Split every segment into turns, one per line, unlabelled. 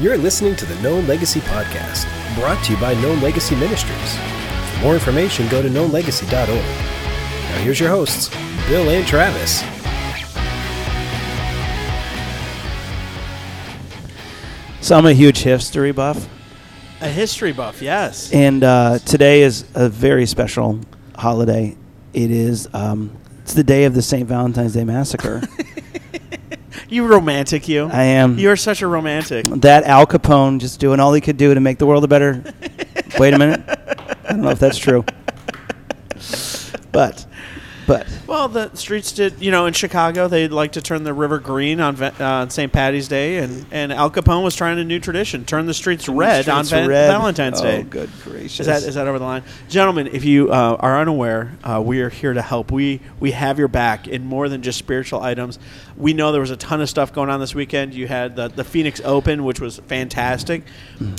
You're listening to the Known Legacy Podcast, brought to you by Known Legacy Ministries. For more information, go to knownlegacy.org. Now, here's your hosts, Bill and Travis.
So I'm a huge history buff,
A history buff, yes.
and uh, today is a very special holiday. It is um, it's the day of the St. Valentine's Day massacre.
You romantic, you.
I am
You are such a romantic.
that Al Capone just doing all he could do to make the world a better. Wait a minute, I don't know if that's true, but but
Well, the streets did, you know, in Chicago, they like to turn the river green on Ve- uh, on St. Patty's Day, and, and Al Capone was trying a new tradition turn the streets red on
Streets
Val-
red.
Valentine's Day.
Oh, good gracious!
Is that is that over the line, gentlemen? If you uh, are unaware, uh, we are here to help. We we have your back in more than just spiritual items. We know there was a ton of stuff going on this weekend. You had the, the Phoenix Open, which was fantastic,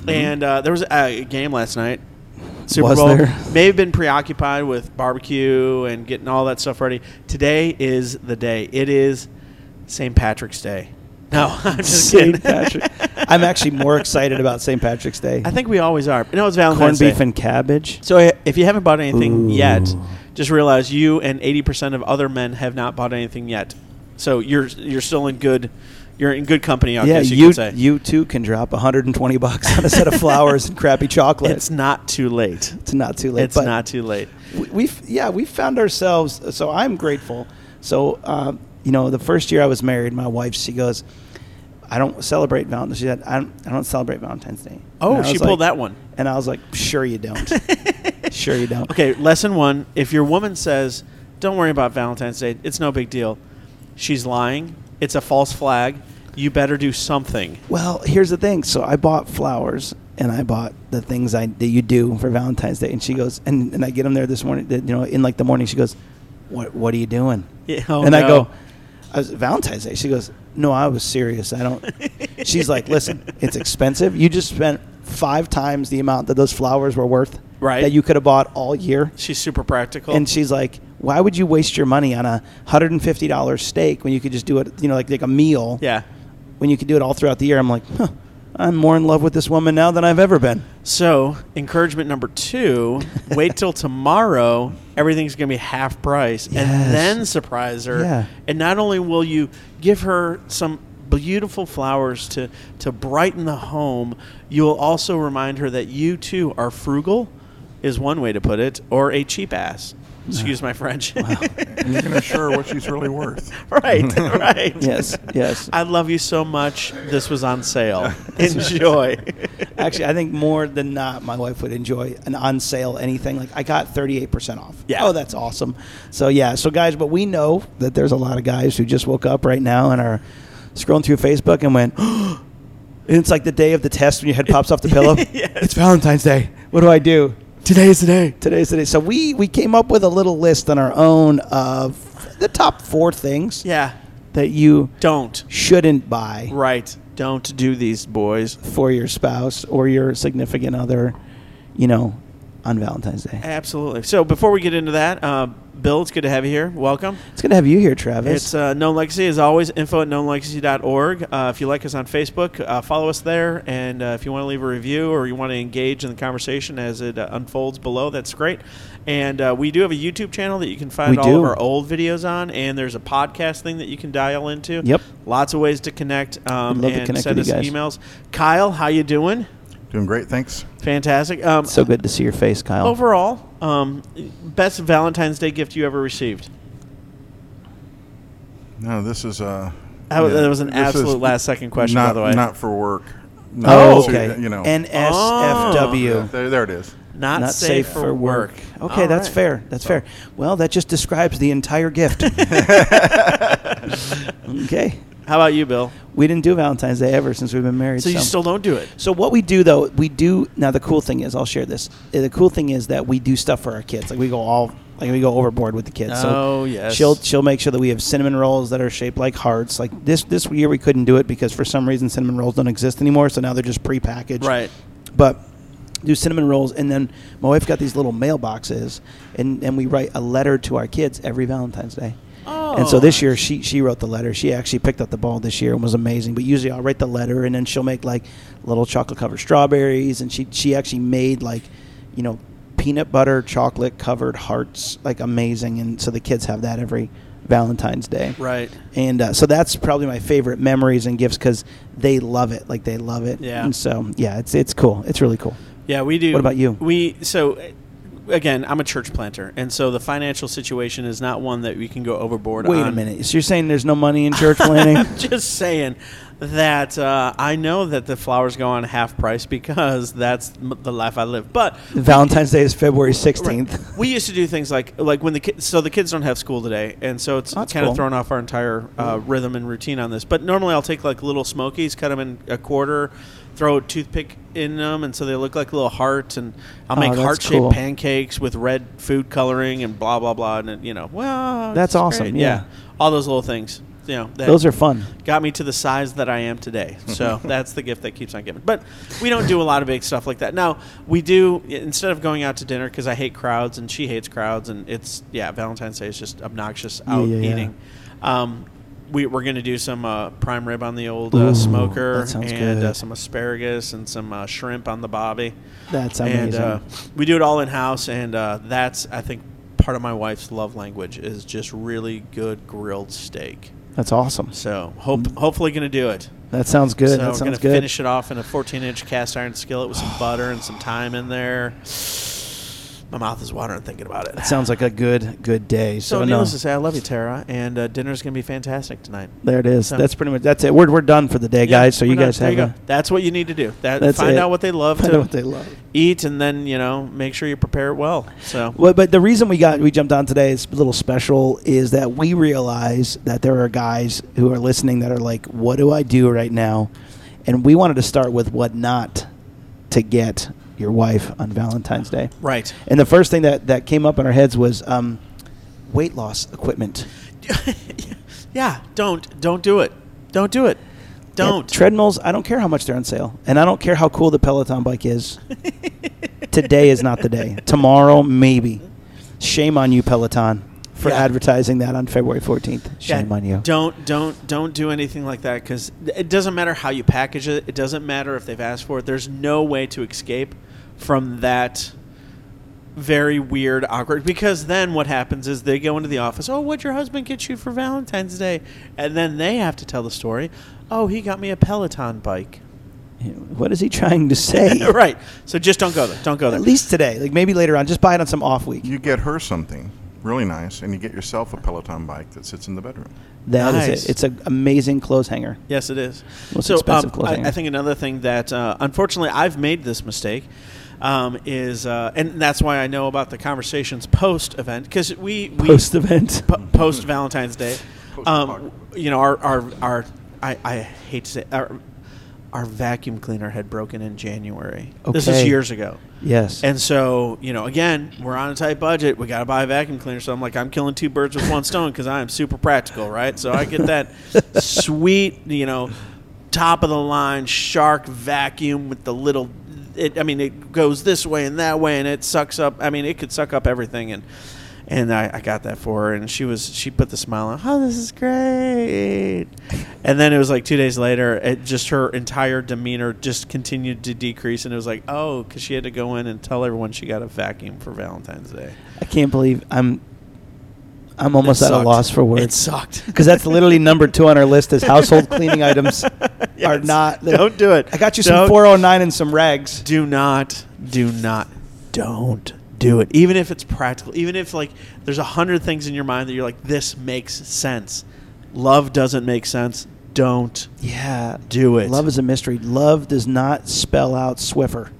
and uh, there was a, a game last night.
Mm-hmm.
Super
Was
Bowl
there?
may have been preoccupied with barbecue and getting all that stuff ready. Today is the day. It is St. Patrick's Day. No, I'm just kidding.
St. Patrick. I'm actually more excited about St. Patrick's Day.
I think we always are. No, it's Valentine's
corned
Day.
beef and cabbage.
So i- if you haven't bought anything
Ooh.
yet, just realize you and 80% of other men have not bought anything yet. So you're you're still in good you're in good company, I
yeah,
guess you,
you
could say.
you too can drop 120 bucks on a set of flowers and crappy chocolate.
it's not too late.
It's not too late.
it's
but
not too late.
we- We've yeah, we found ourselves. So I'm grateful. So uh, you know, the first year I was married, my wife she goes, "I don't celebrate Valentine's." She said, "I don't, I don't celebrate Valentine's Day."
Oh,
And I
she
was
pulled
like-
that one.
and I was like, "Sure you don't. sure you don't."
Okay, lesson 1, if your woman says, "Don't worry about Valentine's Day. It's no big deal." She's lying. It's a false flag. You better do something.
Well, here's the thing. So I bought flowers and I bought the things I that you do for Valentine's Day. And she goes, and, and I get them there this morning. that, You know, in like the morning, she goes, "What What are you doing?"
Yeah, oh
and I
no.
go, I was, "Valentine's Day." She goes, "No, I was serious. I don't." She's like, "Listen, it's expensive. You just spent five times the amount that those flowers were worth.
Right. Oh.
That you could have bought all year."
She's super practical.
And she's like, "Why would you waste your money on a hundred and fifty dollars steak when you could just do it? You know, like like a meal."
yeah.
when you could do it all throughout the year, I'm like, huh, I'm more in love with this woman now than I've ever been.
So, encouragement number two wait till tomorrow. Everything's going to be half price.
Yes.
And then surprise her.
Yeah.
And not only will you give her some beautiful flowers to, to brighten the home, you'll also remind her that you too are frugal, is one way to put it, or a cheap ass. Excuse my French.
and you can assure what she's really worth.
right, right.
Yes, yes.
I love you so much. This was on sale. Enjoy.
Actually, I think more than not, my wife would enjoy an on sale anything. Like I got 38% off.
Yeah.
Oh, that's awesome. So yeah, so guys, but we know that there's a lot of guys who just woke up right now and are scrolling through Facebook and went, and it's like the day of the test when your head pops off the pillow. It's Valentine's Day. What do I do?
Today is the day.
Today's the day. So we we came up with a little list on our own of the top four things
Yeah.
that you
Don't.
shouldn't buy
Right. Don't do these, boys.
for your spouse or your significant other, you know, on Valentine's Day.
Absolutely. So before we get into that, uh, Bill, it's good to have you here. Welcome.
It's good to have you here, Travis.
It's uh, Known Legacy, as always, info at knownlegacy.org. Uh, if you like us on Facebook, uh, follow us there. And uh, if you want to leave a review or you want to engage in the conversation as it uh, unfolds below, that's great. And uh, we do have a YouTube channel that you can find
We
all
do.
of our old videos on. And there's a podcast thing that you can dial into.
Yep.
Lots of ways to connect um,
We'd love
and
to connect
send us
with you
emails. Kyle, how you doing?
Doing great, thanks.
Fantastic. Um,
so good to see your face, Kyle.
Overall, um, best Valentine's Day gift you ever received.
No, this is uh,
That was-
yeah,
that was an
this is
absolute last second question, by
Not,
the way.
not for work. Not
oh,
to,
okay.
You know,
NSFW.
there, there it is.
Oh. Not,
Not
safe, for work.
Okay,
All
that's
right.
fair. That's fair. Well, that just describes the entire gift. okay.
How about you, Bill?
We didn't do Valentine's Day ever since we've been married.
So you
so-
still don't do it.
So what we do though, we do now. The cool thing is, I'll share this. Uh, The cool thing is that we do stuff for our kids. Like we go all, like we go overboard with the kids. so
Oh, yes.
she'll she'll make sure that we have cinnamon rolls that are shaped like hearts. Like this this year we couldn't do it because for some reason cinnamon rolls don't exist anymore. So now they're just prepackaged.
Right.
But do cinnamon rolls, and then my wife got these little mailboxes, and and we write a letter to our kids every Valentine's Day.
Oh,
And so this year she she wrote the letter. She actually picked up the ball this year and was amazing. But usually I'll write the letter and then she'll make like little chocolate covered strawberries and she she actually made like, you know, peanut butter chocolate covered hearts, like amazing and so the kids have that every Valentine's Day.
Right.
And uh, so that's probably my favorite memories and gifts cuz they love it. Like they love it.
Yeah.
And so yeah, it's it's cool. It's really cool.
Yeah, we do.
What about you?
We so uh, again, I'm a church planter, and so the financial situation is not one that we can go overboard.
Wait a
on.
minute. So you're saying there's no money in church planning?
Just saying that uh, I know that the flowers go on half price because that's m- the life I live. But
Valentine's Day is February 16th.
Right. We used to do things like like when the kids so the kids don't have school today, and so it's,
Oh,
it's
that's
kind of
cool. Mm-hmm.
thrown off our entire uh, rhythm and routine on this. But normally I'll take like little smokies, cut them in a quarter, throw a toothpick in them, and so they look like little hearts. And I'll
Oh,
make
that's
heart shaped
cool.
pancakes with red food coloring and blah blah blah. And it, you know, well,
That's
it's great.
awesome, yeah.
all those little things. You know, that
Those are fun.
got me to the size that I am today. So that's the gift that keeps on giving. But we don't do a lot of big stuff like that. Now we do instead of going out to dinner because I hate crowds and she hates crowds and it's yeah Valentine's Day is just obnoxious out
yeah, yeah.
eating. Um, we, we're going to do some uh, prime rib on the old
Ooh,
uh, smoker
that sounds
and uh,
good.
some asparagus and some uh, shrimp on the bobby.
That's
And
amazing.
uh, we do it all in house, and uh, that's I think part of my wife's love language is just really good grilled steak.
That's awesome.
So hope, hopefully going to do it.
That sounds good.
so
that
we're
sounds
gonna
good.
finish it off in a 14-inch cast iron skillet with some butter and some thyme in there. My mouth is watering thinking about it.
That sounds like a good good day. So,
so
no,
needless to say, I love you, Tara, and uh, dinner's going to be fantastic tonight.
there it is.
so-
That's pretty much that's it. We're, we're done for the day,
Yeah,
guys. So
we're
you
done.
guys
There
have
you
a,
go. That's what you need to do. That
That's
find
it.
out what they love
Find
to
out what they love.
eat, and then you know make sure you prepare it well. So
Well, but the reason we got we jumped on today's little special is that we realize that there are guys who are listening that are like, "What do I do right now?" And we wanted to start with what not to get your wife on Valentine's Day.
right.
And the first thing that that came up in our heads was um, weight loss equipment.
yeah, don't don't do it. Don't do it.
Yeah,
Don't.
treadmills. I don't care how much they're on sale, and I don't care how cool the Peloton bike is. Today is not the day. Tomorrow, maybe. Shame on you, Peloton, for
Yeah.
advertising that on February fourteenth. Shame
Yeah,
on you.
Don't don't don't do anything like that because it doesn't matter how you package it. It doesn't matter if they've asked for it. There's no way to escape from that very weird, awkward. Because then what happens is they go into the office. Oh, what'd your husband get you for Valentine's Day? And then they have to tell the story. Oh, he got me a Peloton bike.
What is he trying to say?
right. So just don't go there. Don't go there.
At least today, like maybe later on, just buy it on some off week.
You get her something really nice, and you get yourself a Peloton bike that sits in the bedroom.
That is
Nice.
it. It's an amazing clothes hanger.
Yes, it is.
Most
so
expensive
um,
clothing.
I, I think another thing that uh, unfortunately I've made this mistake um, is, uh, and that's why I know about the conversations post event because we, we
Post event.
post Valentine's Day, um,
Post-apocalypse.
you know our our, our I, I hate to say our, our vacuum cleaner had broken in January. This is
Okay.
years ago.
Yes.
And so, you know, again, we're on a tight budget. We got to buy a vacuum cleaner. So I'm like, I'm killing two birds with one stone because I am super practical, right? So I get that sweet, you know, top of the line shark vacuum with the little. It, I mean, it goes this way and that way, and it sucks up. I mean, it could suck up everything, and and I, I got that for her, and she was she put the smile on. Oh, this is great! And then it was like two days later, it just her entire demeanor just continued to decrease, and it was like, oh, because she had to go in and tell everyone she got a vacuum for Valentine's Day.
I can't believe I'm. I'm almost
It
at a
sucked.
loss for words.
It sucked
because that's literally number two on our list is household cleaning items are not.
Don't do it.
I got you some
Don't.
409 and some rags.
do not do not don't do it even if it's practical even if like there's a hundred things in your mind that you're like this makes sense love doesn't make sense don't
Yeah,
do it
Love is a mystery. Love does not spell out Swiffer.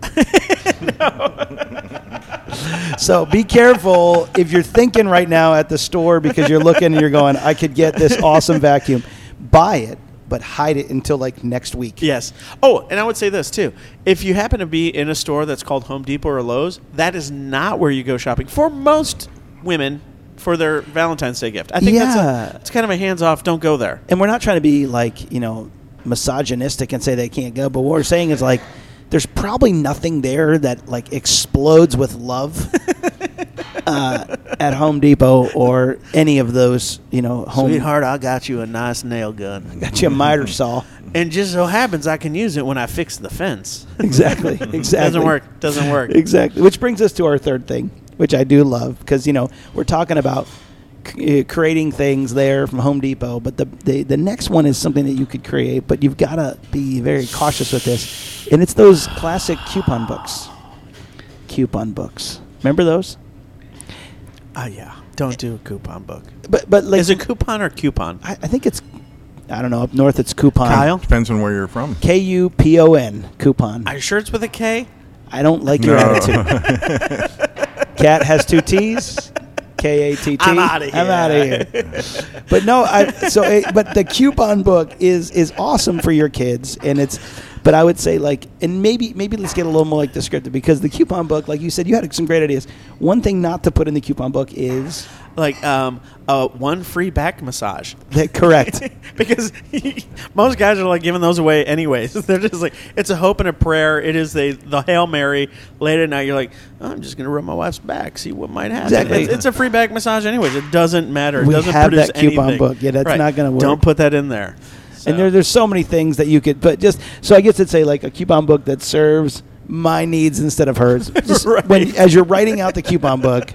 so be careful if you're thinking right now at the store because you're looking and you're going, I could get this awesome vacuum. Buy it, but hide it until like next week.
yes oh and i would say this too if you happen to be in a store that's called home depot or lowes that is not where you go shopping for most women for their valentine's day gift i think that's
Yeah.
a, it's kind of a hands-off don't go there
and we're not trying to be like you know misogynistic and say they can't go but what we're saying is like there's probably nothing there that like explodes with love uh, at Home Depot or any of those, you know, home.
Sweetheart, I got you a nice nail gun.
Got you a miter saw.
And just so happens I can use it when I fix the fence.
Exactly. Exactly.
Doesn't work. Doesn't work.
Exactly. Which brings us to our third thing, which I do love because you know we're talking about c- uh, creating things there from Home Depot, but the, the the next one is something that you could create, but you've got to be very cautious with this, and it's those classic coupon books. Coupon books. Remember those?
Ah, yeah. Don't do a coupon book.
But but like
Is it coupon or coupon?
I, I think it's I don't know up north it's coupon.
Kyle?
Depends on where you're from.
K U P O N coupon.
Are you sure it's with a K?
I don't like your
No.
attitude. Cat has two T's. K A T T.
I'm outta
I'm
here.
out of here. but no, I so it, but the coupon book is is awesome for your kids, and it's. But I would say like, and maybe maybe let's get a little more like descriptive because the coupon book, like you said, you had some great ideas. One thing not to put in the coupon book is
Like um, uh, one free back massage.
that correct.
because most guys are like giving those away anyways. They're just like it's a hope and a prayer. It is the the hail mary late at night. You're like I'm just gonna rub my wife's back, see what might happen.
Exactly.
It's, it's a free back massage anyways. It doesn't matter. It
We
doesn't
have
produce
that coupon
anything.
book. Yeah, that's not gonna work.
Don't put that in there. So-
And there, there's so many things that you could, but just so I guess I'd say like a coupon book that serves my needs instead of hers. Just
Right.
when, as you're writing out the coupon book,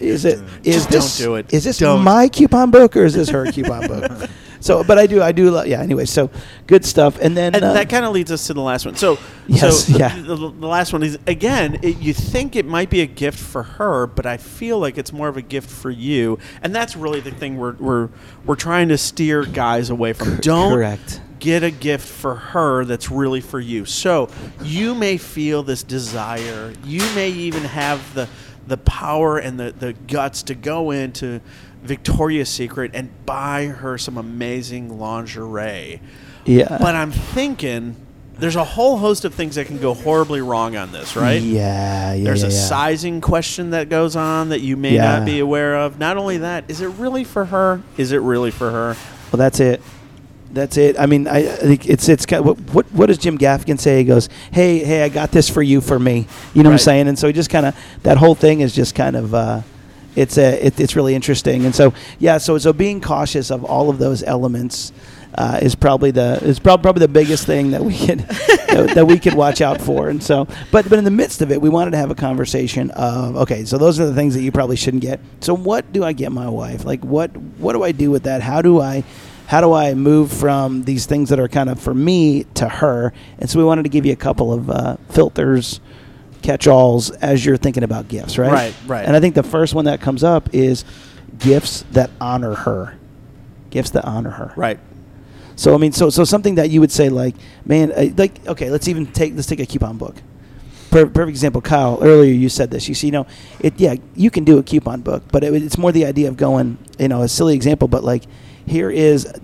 is it is
Just don't
this
do it.
is this
Don't.
my coupon book or is this her coupon book? So, but I do I do love yeah. Anyway, so good stuff. And then
and
uh,
that kind of leads us to the last one. So,
Yes,
so the-
yeah.
the, the last one is again, it, you think it might be a gift for her, but I feel like it's more of a gift for you. And that's really the thing we're we're we're trying to steer guys away from. Don't
correct.
get a gift for her that's really for you. So, you may feel this desire. You may even have the the power and the the guts to go into Victoria's Secret and buy her some amazing lingerie.
yeah,
But I'm thinking there's a whole host of things that can go horribly wrong on this, right?
yeah, yeah.
There's
yeah,
a
yeah.
sizing question that goes on that you may
Yeah.
not be aware of. Not only that, is it really for her? Is it really for her?
Well, that's it. That's it. I mean, I, I think it's it's kind of, what, what what does Jim Gaffigan say? He goes, "Hey, hey, I got this for you for me." You know what I'm
Right.
saying? And so he just kind of that whole thing is just kind of uh, it's a it, it's really interesting. And so yeah, so so being cautious of all of those elements uh, is probably the is prob- probably the biggest thing that we could that, that we could watch out for. And so, but but in the midst of it, we wanted to have a conversation of okay, so those are the things that you probably shouldn't get. So what do I get my wife? Like what what do I do with that? How do I how do I move from these things that are kind of for me to her? And so we wanted to give you a couple of uh, filters, catch-alls as you're thinking about gifts, right?
Right, right.
And I think the first one that comes up is gifts that honor her. Gifts that honor her.
Right.
So I mean, so so something that you would say like, man, I, like okay, let's even take let's take a coupon book. Per, perfect example, Kyle. Earlier you said this. You see, you know, it yeah, you can do a coupon book, but it, it's more the idea of going, you know, a silly example, but like, here is a,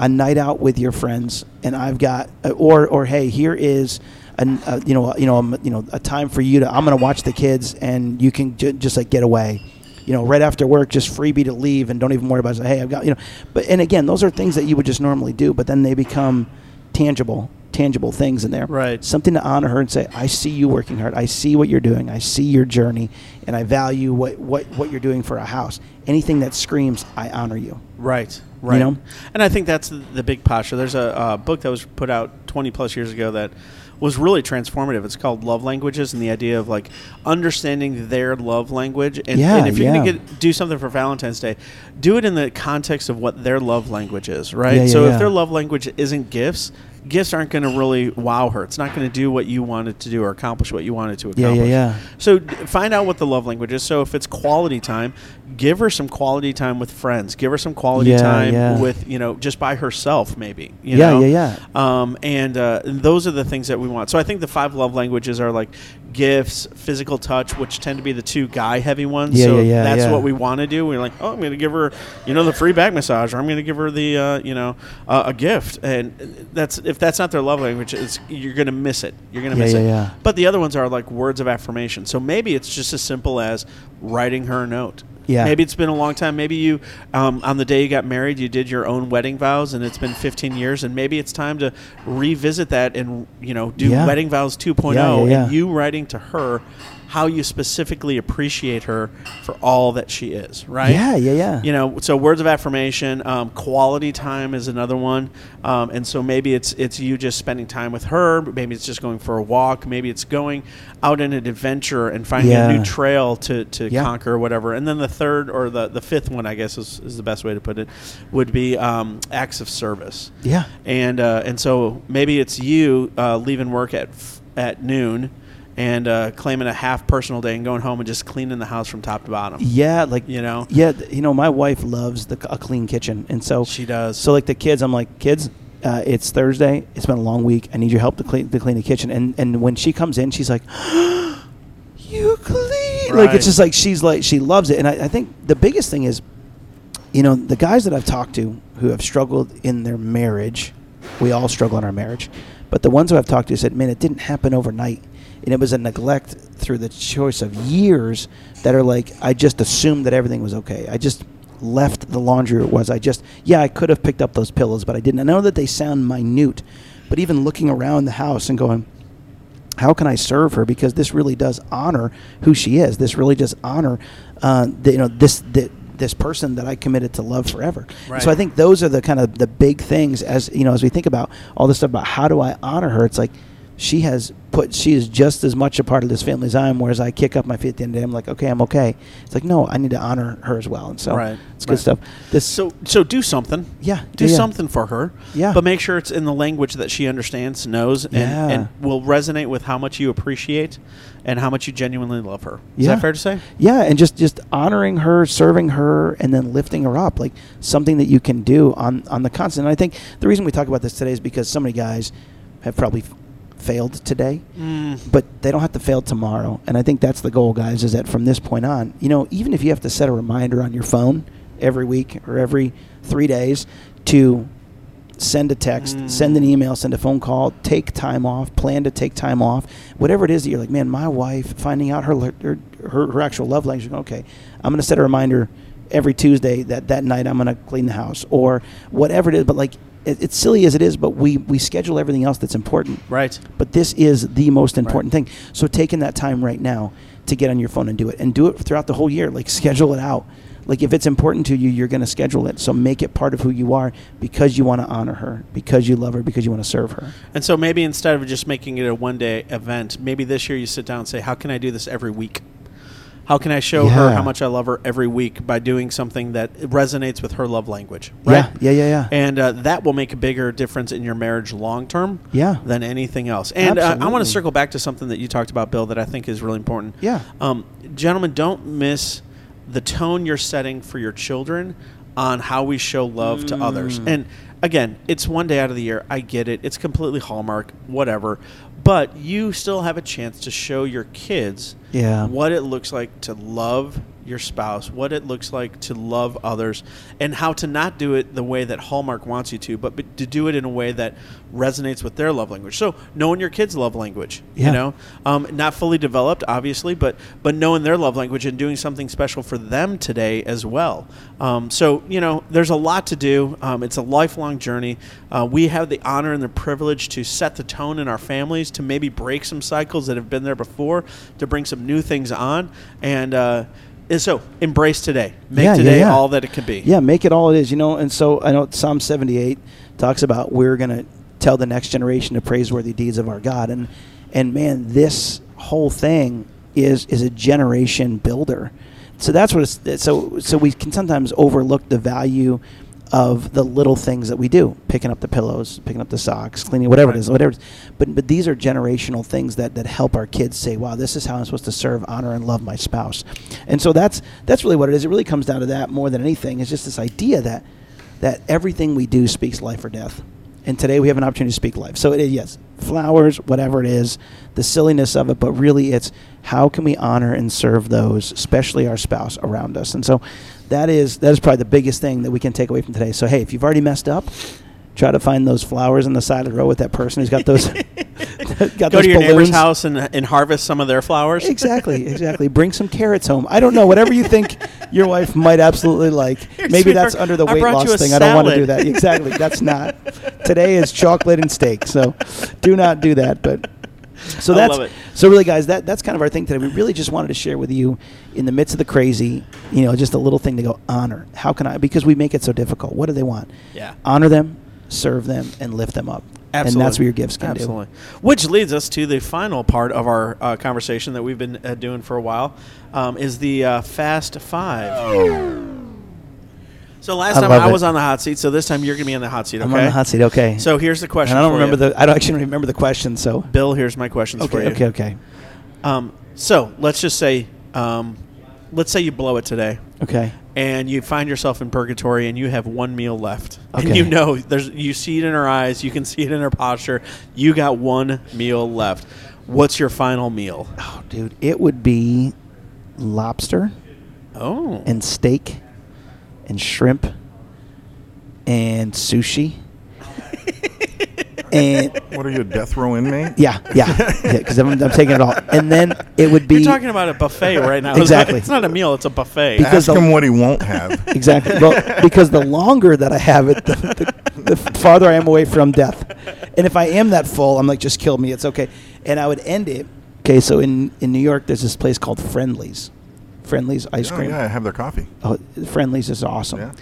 a night out with your friends, and I've got, uh, or or hey, here is. An, uh, you know, you know, um, you know, a time for you to. I'm gonna watch the kids, and you can ju- just like get away you know, right after work, just freebie to leave and don't even worry about it. Hey, I've got, you know, but, and again, those are things that you would just normally do, but then they become tangible, tangible things in there.
Right.
Something to honor her and say, I see you working hard. I see what you're doing. I see your journey and I value what, what, what you're doing for a house. Anything that screams, I honor you.
Right, right.
know?
And I think that's the- the big posture. There's a uh, book that was put out 20 plus years ago that was really transformative. It's called Love Languages and the idea of like understanding their love language. And,
Yeah,
and if you're
yeah.
going to do something for Valentine's Day, do it in the context of what their love language is, right?
Yeah, yeah,
so
yeah.
if their love language isn't gifts, gifts aren't going to really wow her. It's not going to do what you wanted to do or accomplish what you wanted to
Yeah, yeah,
accomplish.
yeah.
So d- find out what the love language is. So if it's quality time, give her some quality time with friends. Give her some quality
Yeah,
time
yeah.
with you know just by herself maybe. You
Yeah,
know?
yeah,
yeah. Um, and uh, those are the things that we want. So I think the five love languages are like gifts, physical touch, which tend to be the two guy heavy ones.
Yeah,
so
yeah, yeah,
that's
yeah.
what we want to do. We're like, oh, I'm going to give her you know the free back massage, or I'm going to give her the uh, you know uh, a gift. And uh, that's if that's not their love language, it's, you're going to miss it. You're going to
Yeah,
miss
yeah,
it.
yeah.
But the other ones are like words of affirmation. So maybe it's just as simple as writing her a note.
Yeah.
Maybe it's been a long time. Maybe you, um, on the day you got married, you did your own wedding vows, and it's been 15 years, and maybe it's time to revisit that and you know do
Yeah.
wedding vows 2.0
Yeah, yeah, yeah.
and you writing to her how you specifically appreciate her for all that she is. Right?
Yeah, yeah, yeah.
You know, so words of affirmation, um, quality time is another one, um, and so maybe it's it's you just spending time with her. Maybe it's just going for a walk. Maybe it's going out on an adventure and finding a
Yeah.
new trail to to
Yeah.
conquer or whatever. And then the third or the the fifth one, I guess, is, is the best way to put it, would be um, acts of service.
Yeah.
And uh, and so maybe it's you uh, leaving work at f- at noon. And uh, claiming a half personal day and going home and just cleaning the house from top to bottom.
Yeah, like
You know?
Yeah, th- you know, my wife loves the c- a clean kitchen, and so
She does.
So like the kids, I'm like, kids, uh, it's Thursday. It's been a long week. I need your help to clean to clean the kitchen. And and when she comes in, she's like, you clean. Like
Right.
it's just like she's like she loves it. And I, I think the biggest thing is, you know, the guys that I've talked to who have struggled in their marriage, we all struggle in our marriage, but the ones who I've talked to said, man, it didn't happen overnight. And it was a neglect through the choice of years that are like, I just assumed that everything was okay. I just left the laundry it was. I just, yeah, I could have picked up those pillows, but I didn't. I know that they sound minute, but even looking around the house and going, how can I serve her? Because this really does honor who she is. This really does honor, uh, the, you know, this the, this person that I committed to love forever.
Right.
So I think those are the kind of the big things as you know as we think about all this stuff about how do I honor her? It's like she has put she is just as much a part of this family as I am. Whereas I kick up my feet at the end of the day, I'm like, okay, I'm okay. It's like no, I need to honor her as well. And so
Right.
it's good
Right.
stuff. This
So so do something.
Yeah,
Do
yeah, yeah.
something for her.
Yeah.
But make sure it's in the language that she understands, knows, and,
Yeah.
and will resonate with how much you appreciate and how much you genuinely love her. Is
Yeah.
that fair to say?
Yeah, and just just honoring her, serving her, and then lifting her up, like something that you can do on on the constant. And I think the reason we talk about this today is because so many guys have probably f- failed today,
Mm.
but they don't have to fail tomorrow. And I think that's the goal, guys, is that from this point on, you know, even if you have to set a reminder on your phone every week or every three days to send a text, send an email, send a phone call, take time off, plan to take time off, whatever it is that you're like, man, my wife finding out her her, her, her actual love language. Okay, I'm gonna set a reminder every Tuesday that that night I'm gonna clean the house or whatever it is. But like, it, it's silly as it is, but we we schedule everything else that's important.
Right.
But this is the most important thing. So taking that time right now to get on your phone and do it, and do it throughout the whole year. Like schedule it out. Like if it's important to you, you're going to schedule it. So make it part of who you are because you want to honor her, because you love her, because you want to serve her.
And so maybe instead of just making it a one day event, maybe this year you sit down and say, How can I do this every week? How can I show her
Yeah.
how much I love her every week by doing something that resonates with her love language?
Yeah,
Right?
yeah, yeah, yeah.
And uh, that will make a bigger difference in your marriage long term
Yeah.
than anything else. And uh, I want
Absolutely.
to circle back to something that you talked about, Bill, that I think is really important.
Yeah.
Um, gentlemen, don't miss the tone you're setting for your children on how we show love to others.
Mm.
And again, it's one day out of the year. I get it. It's completely hallmark, whatever. But you still have a chance to show your kids
Yeah.
what it looks like to love your spouse, what it looks like to love others, and how to not do it the way that Hallmark wants you to, but, but to do it in a way that resonates with their love language. So knowing your kids' love language,
Yeah.
you know, um, not fully developed, obviously, but but knowing their love language and doing something special for them today as well. Um, so you know, there's a lot to do. Um, it's a lifelong journey. Uh, we have the honor and the privilege to set the tone in our families, to maybe break some cycles that have been there before, to bring some new things on, and. Uh, and so embrace today. Make today all that it can be.
Yeah, make it all it is, you know. And so I know Psalm 78 talks about we're going to tell the next generation the praiseworthy deeds of our God, and and man, this whole thing is is a generation builder. So that's what it's so so we can sometimes overlook the value of the little things that we do, picking up the pillows, picking up the socks, cleaning whatever it is, whatever. It is. But but these are generational things that that help our kids say, "Wow, this is how I'm supposed to serve, honor, and love my spouse." And so that's that's really what it is. It really comes down to that more than anything. It's just this idea that that everything we do speaks life or death. And today we have an opportunity to speak life. So it is yes, flowers, whatever it is, the silliness of it, but really it's how can we honor and serve those, especially our spouse around us. And so that is that is probably the biggest thing that we can take away from today. So hey, if you've already messed up, try to find those flowers on the side of the road with that person who's got those Got
go
those
to your neighbor's
balloons.
house and, and harvest some of their flowers.
Exactly, exactly. Bring some carrots home. I don't know. Whatever you think your wife might absolutely like.
Here,
Maybe that's
sweetheart,
under the
I
weight
brought
loss
you a
thing. I don't want to do
salad.
that. Exactly. That's not. Today is chocolate and steak. So do not do that. But so
I
that's
love it.
so really, guys. That that's kind of our thing today. We really just wanted to share with you in the midst of the crazy. You know, just a little thing to go honor. How can I? Because we make it so difficult. What do they want?
Yeah.
Honor them, serve them, and lift them up.
Absolutely.
And that's what your gifts can
Absolutely.
do.
Which leads us to the final part of our uh, conversation that we've been uh, doing for a while um, is the uh, Fast Five. So last
I
time
love
I
it.
was on the hot seat, so this time you're going to be on the hot seat, okay?
I'm on the hot seat. Okay.
So here's the question.
and I don't
for
remember
you.
the. I don't actually remember the question. So
Bill, here's my questions for
okay,
you.
okay, okay,
Um, so let's just say, um, let's say you blow it today,
okay.
and you find yourself in purgatory, and you have one meal left, and
Okay.
you know there's you see it in her eyes, you can see it in her posture. You got one meal left. What's your final meal?
Oh, dude, it would be lobster
Oh,
and steak and shrimp and sushi. and
What are you, a death row inmate?
yeah, yeah, yeah, because I'm, I'm taking it all. And then it would be
you're talking about a buffet right now. It's not-
Exactly.
It's not, a meal. It's a buffet.
Because-
Ask him what he won't have.
exactly well because the longer that I have it, the, the, the farther I am away from death. And if I am that full, I'm like, just kill me. It's okay. And I would end it. Okay, so in in New York, there's this place called Friendlies, Friendlies ice
Oh,
cream.
yeah, have their coffee.
Oh, Friendlies is awesome.
Yeah.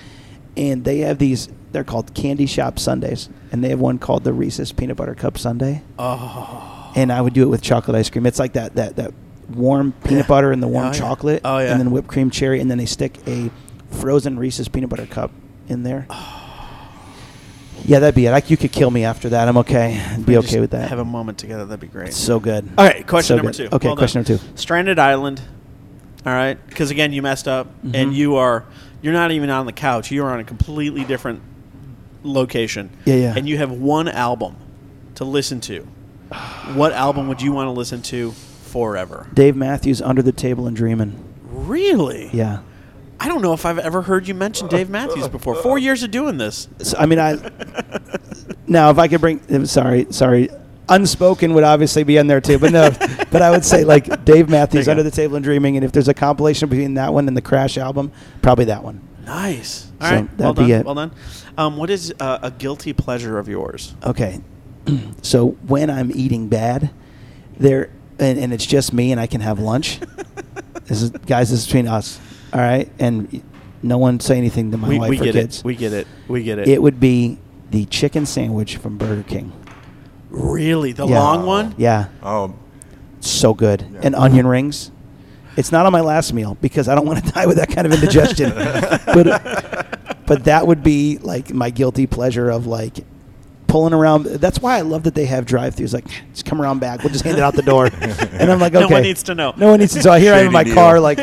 And they have these, they're called Candy Shop Sundays. And they have one called the Reese's Peanut Butter Cup Sunday. Oh. And I would do it with chocolate ice cream. It's like that, that, that warm peanut butter and the warm
Oh, yeah.
chocolate.
Oh, yeah.
And then whipped cream cherry. And then they stick a frozen Reese's Peanut Butter Cup in there.
Oh.
Yeah, that'd be it. Like you could kill me after that. I'm okay. I'd be
We
okay
just
with that.
Have a moment together. That'd be great.
so good.
All right, question
So
number
good.
two.
Okay,
Well
question
done.
number two.
Stranded Island. All right, because again, you messed up,
Mm-hmm.
and you are you're not even on the couch. You are on a completely different location.
Yeah, yeah.
And you have one album to listen to. what album would you want to listen to forever?
Dave Matthews, Under the Table and Dreamin'.
Really?
Yeah.
I don't know if I've ever heard you mention Dave Matthews before. Four years of doing this.
So, I mean, I now if I could bring I'm sorry, sorry, unspoken would obviously be in there too, but no, but I would say like Dave Matthews
There you
under the
go.
table and dreaming, and if there's a compilation between that one and the Crash album, probably that one.
Nice. All
So
right. well
that'd
done.
be it.
Well done. Um, what is uh, a guilty pleasure of yours?
Okay, so when I'm eating bad, there and, and it's just me and I can have lunch. this is guys, this is between us, all right, and no one say anything to my
we
wife
we
or
get
kids.
it. We get it. We get it.
it would be the chicken sandwich from Burger King.
Really, the
Yeah.
long one?
Yeah.
Oh,
so good.
Yeah.
And onion rings. It's not on my last meal because I don't want to die with that kind of indigestion. but but that would be like my guilty pleasure of like pulling around. That's why I love that they have drive-throughs. Like just come around back. We'll just hand it out the door. and I'm like,
No
okay.
one needs to know.
No one needs to. So here I am in
Shady
my
deal.
car, like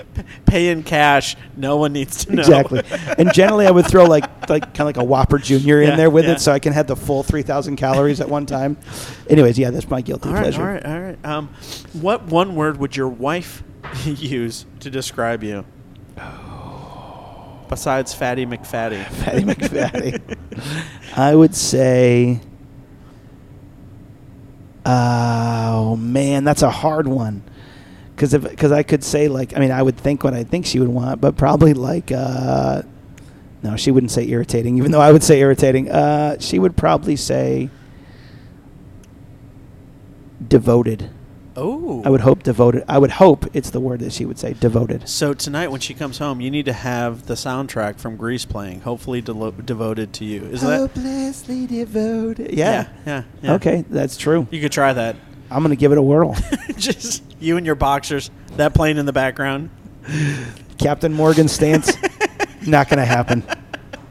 Pay in cash. No one needs to know.
exactly. and generally, I would throw like like kind of like a Whopper Junior
Yeah,
in there with
yeah.
it, so I can have the full three thousand calories at one time. Anyways, yeah, that's my guilty
all right,
pleasure.
all right, all right. Um, what one word would your wife use to describe you? Besides fatty McFatty.
Patty Oh. McFatty. I would say, oh man, that's a hard one. Because if because I could say like I mean I would think what I think she would want, but probably like uh, no, she wouldn't say irritating, even though I would say irritating. Uh, she would probably say devoted.
Oh.
I would hope devoted. I would hope it's the word that she would say devoted.
So tonight, when she comes home, you need to have the soundtrack from Grease playing, hopefully delo devoted to you. Is that?
Hopelessly devoted.
Yeah,
Oh, Yeah.
yeah, yeah.
Okay, that's true.
You could try that.
I'm gonna give it a whirl.
Just you and your boxers. That playing in the background.
Captain Morgan stance. not gonna happen.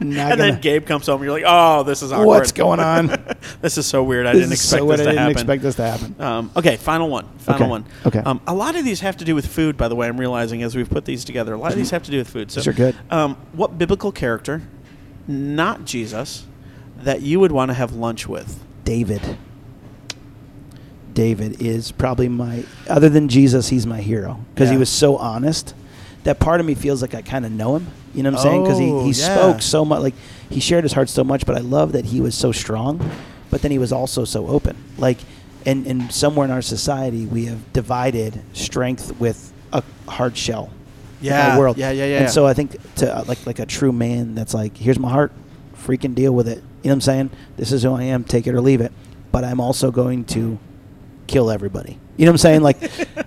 Not
and
gonna.
then Gabe comes home. You're like, oh, this is awkward.
what's going on? This
This is so weird. I
is
didn't expect
so
this
what
to
I didn't
happen.
expect this to happen.
Um, okay, final one. Final
Okay,
one.
okay.
Um, a lot of these have to do with food, by the way. I'm realizing as we've put these together, a lot of these have to do with food. So,
These are good.
Um, what biblical character, not Jesus, that you would want to have lunch with?
David. David is probably my other than Jesus, he's my hero because he
Yeah.
was so honest. That part of me feels like I kind of know him. You know what I'm saying? Because he,
Oh,
he
yeah.
spoke so much, like he shared his heart so much. But I love that he was so strong, but then he was also so open. Like and, and somewhere in our society we have divided strength with a hard shell in our
Yeah,
world
yeah, yeah, yeah,
and
yeah.
so i think to uh, like like a true man that's like here's my heart freaking deal with it you know what i'm saying this is who i am take it or leave it but i'm also going to kill everybody you know what i'm saying like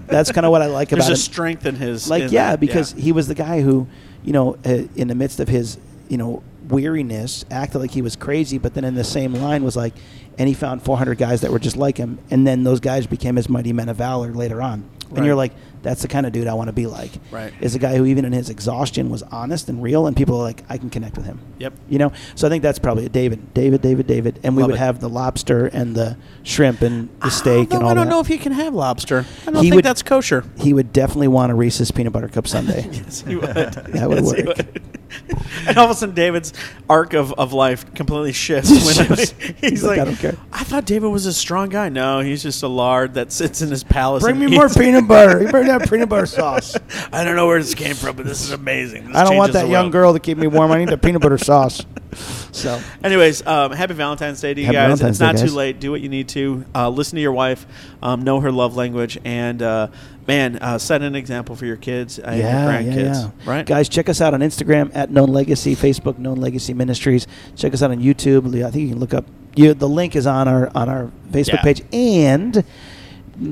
that's kind of what i like
There's
about
a
him
strength in his.
like
in
yeah
that,
because he was the guy who you know uh, in the midst of his you know weariness acted like he was crazy but then in the same line was like and he found 400 guys that were just like him and then those guys became his mighty men of valor later on
Right.
and you're like that's the kind of dude i want to be like
Right.
is a guy who even in his exhaustion was honest and real and people are like i can connect with him
Yep.
you know so i think that's probably a david david david david and we
Love
would
it. Ah,
have the lobster and the shrimp and the steak
Although
and all
I don't
that
know if he can have lobster. I don't
He
think
would-
that's kosher.
he would definitely want a reese's peanut butter cup sundae
Yes, he would. that
would
yes, he
work.
would. and all of a sudden, David's arc of, of life completely shifts. When
Shifts.
he's
He's like,
like,
"I don't care."
I thought David was a strong guy. No, he's just a lard that sits in his palace.
Bring me
and
more
eats-
peanut butter. You bring that peanut butter sauce.
I don't know where this came from, but this is amazing. This
I don't want
changes
that
the
young
world."
girl to keep me warm. I need the peanut butter sauce. So
Anyways, um, happy Valentine's Day to you
Happy
guys.
Valentine's
it's not
Day, guys.
too late. Do what you need to. Uh, listen to your wife. Um, know her love language, and uh, man, uh, set an example for your kids uh, and your grandkids. Right,
Guys, check us out on Instagram at Known Legacy, Facebook Known Legacy Ministries. Check us out on YouTube. I think you can look up. You, the link is on our on our Facebook
Yeah.
page and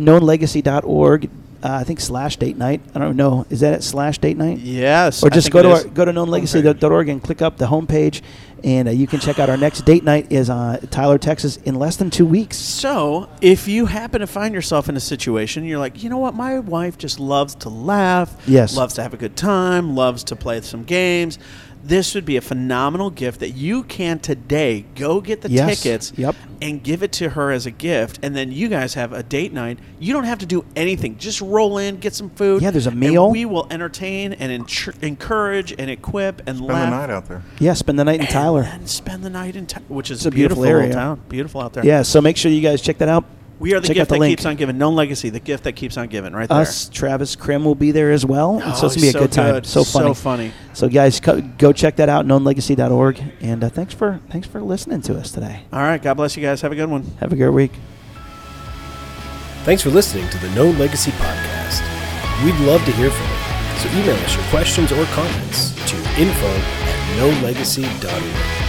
knownlegacy.org. Uh, I think slash date night. I don't know. Is that it? Slash date night?
Yes.
Or
I
just
think
go
it
to
is.
our, go to knownlegacy.org and click up the homepage, and uh, you can check out our next date night is uh, Tyler, Texas, in less than two weeks.
So, if you happen to find yourself in a situation, you're like, you know what, my wife just loves to laugh,
Yes.
loves to have a good time, loves to play some games. This would be a phenomenal gift that you can today go get the
Yes.
tickets
Yep.
and give it to her as a gift, and then you guys have a date night. You don't have to do anything; just roll in, get some food.
Yeah, there's a
and
meal.
we will entertain and entr- encourage and equip and
Spend the
laugh
night out there.
Yeah, spend the night in Tyler.
and spend the night in, Ty- which is
a beautiful
beautiful
area.
town, beautiful out there.
Yeah, so make sure you guys check that out.
We are the
Check out
gift
the
that
link.
keeps on giving. Known legacy, the gift that keeps on giving. Right
Us, Travis Krim will be there as well. and so
Oh,
it's gonna be
he's
a good
so
time.
good.
So
So
funny.
funny.
So guys, co- go check that out. Knownlegacy.org. And uh, thanks for thanks for listening to us today.
there. All right. God bless you guys. Have a good one.
Have a great week.
Thanks for listening to the Known Legacy Podcast. We'd love to hear from you, so email us your questions or comments to info at knownlegacy.org.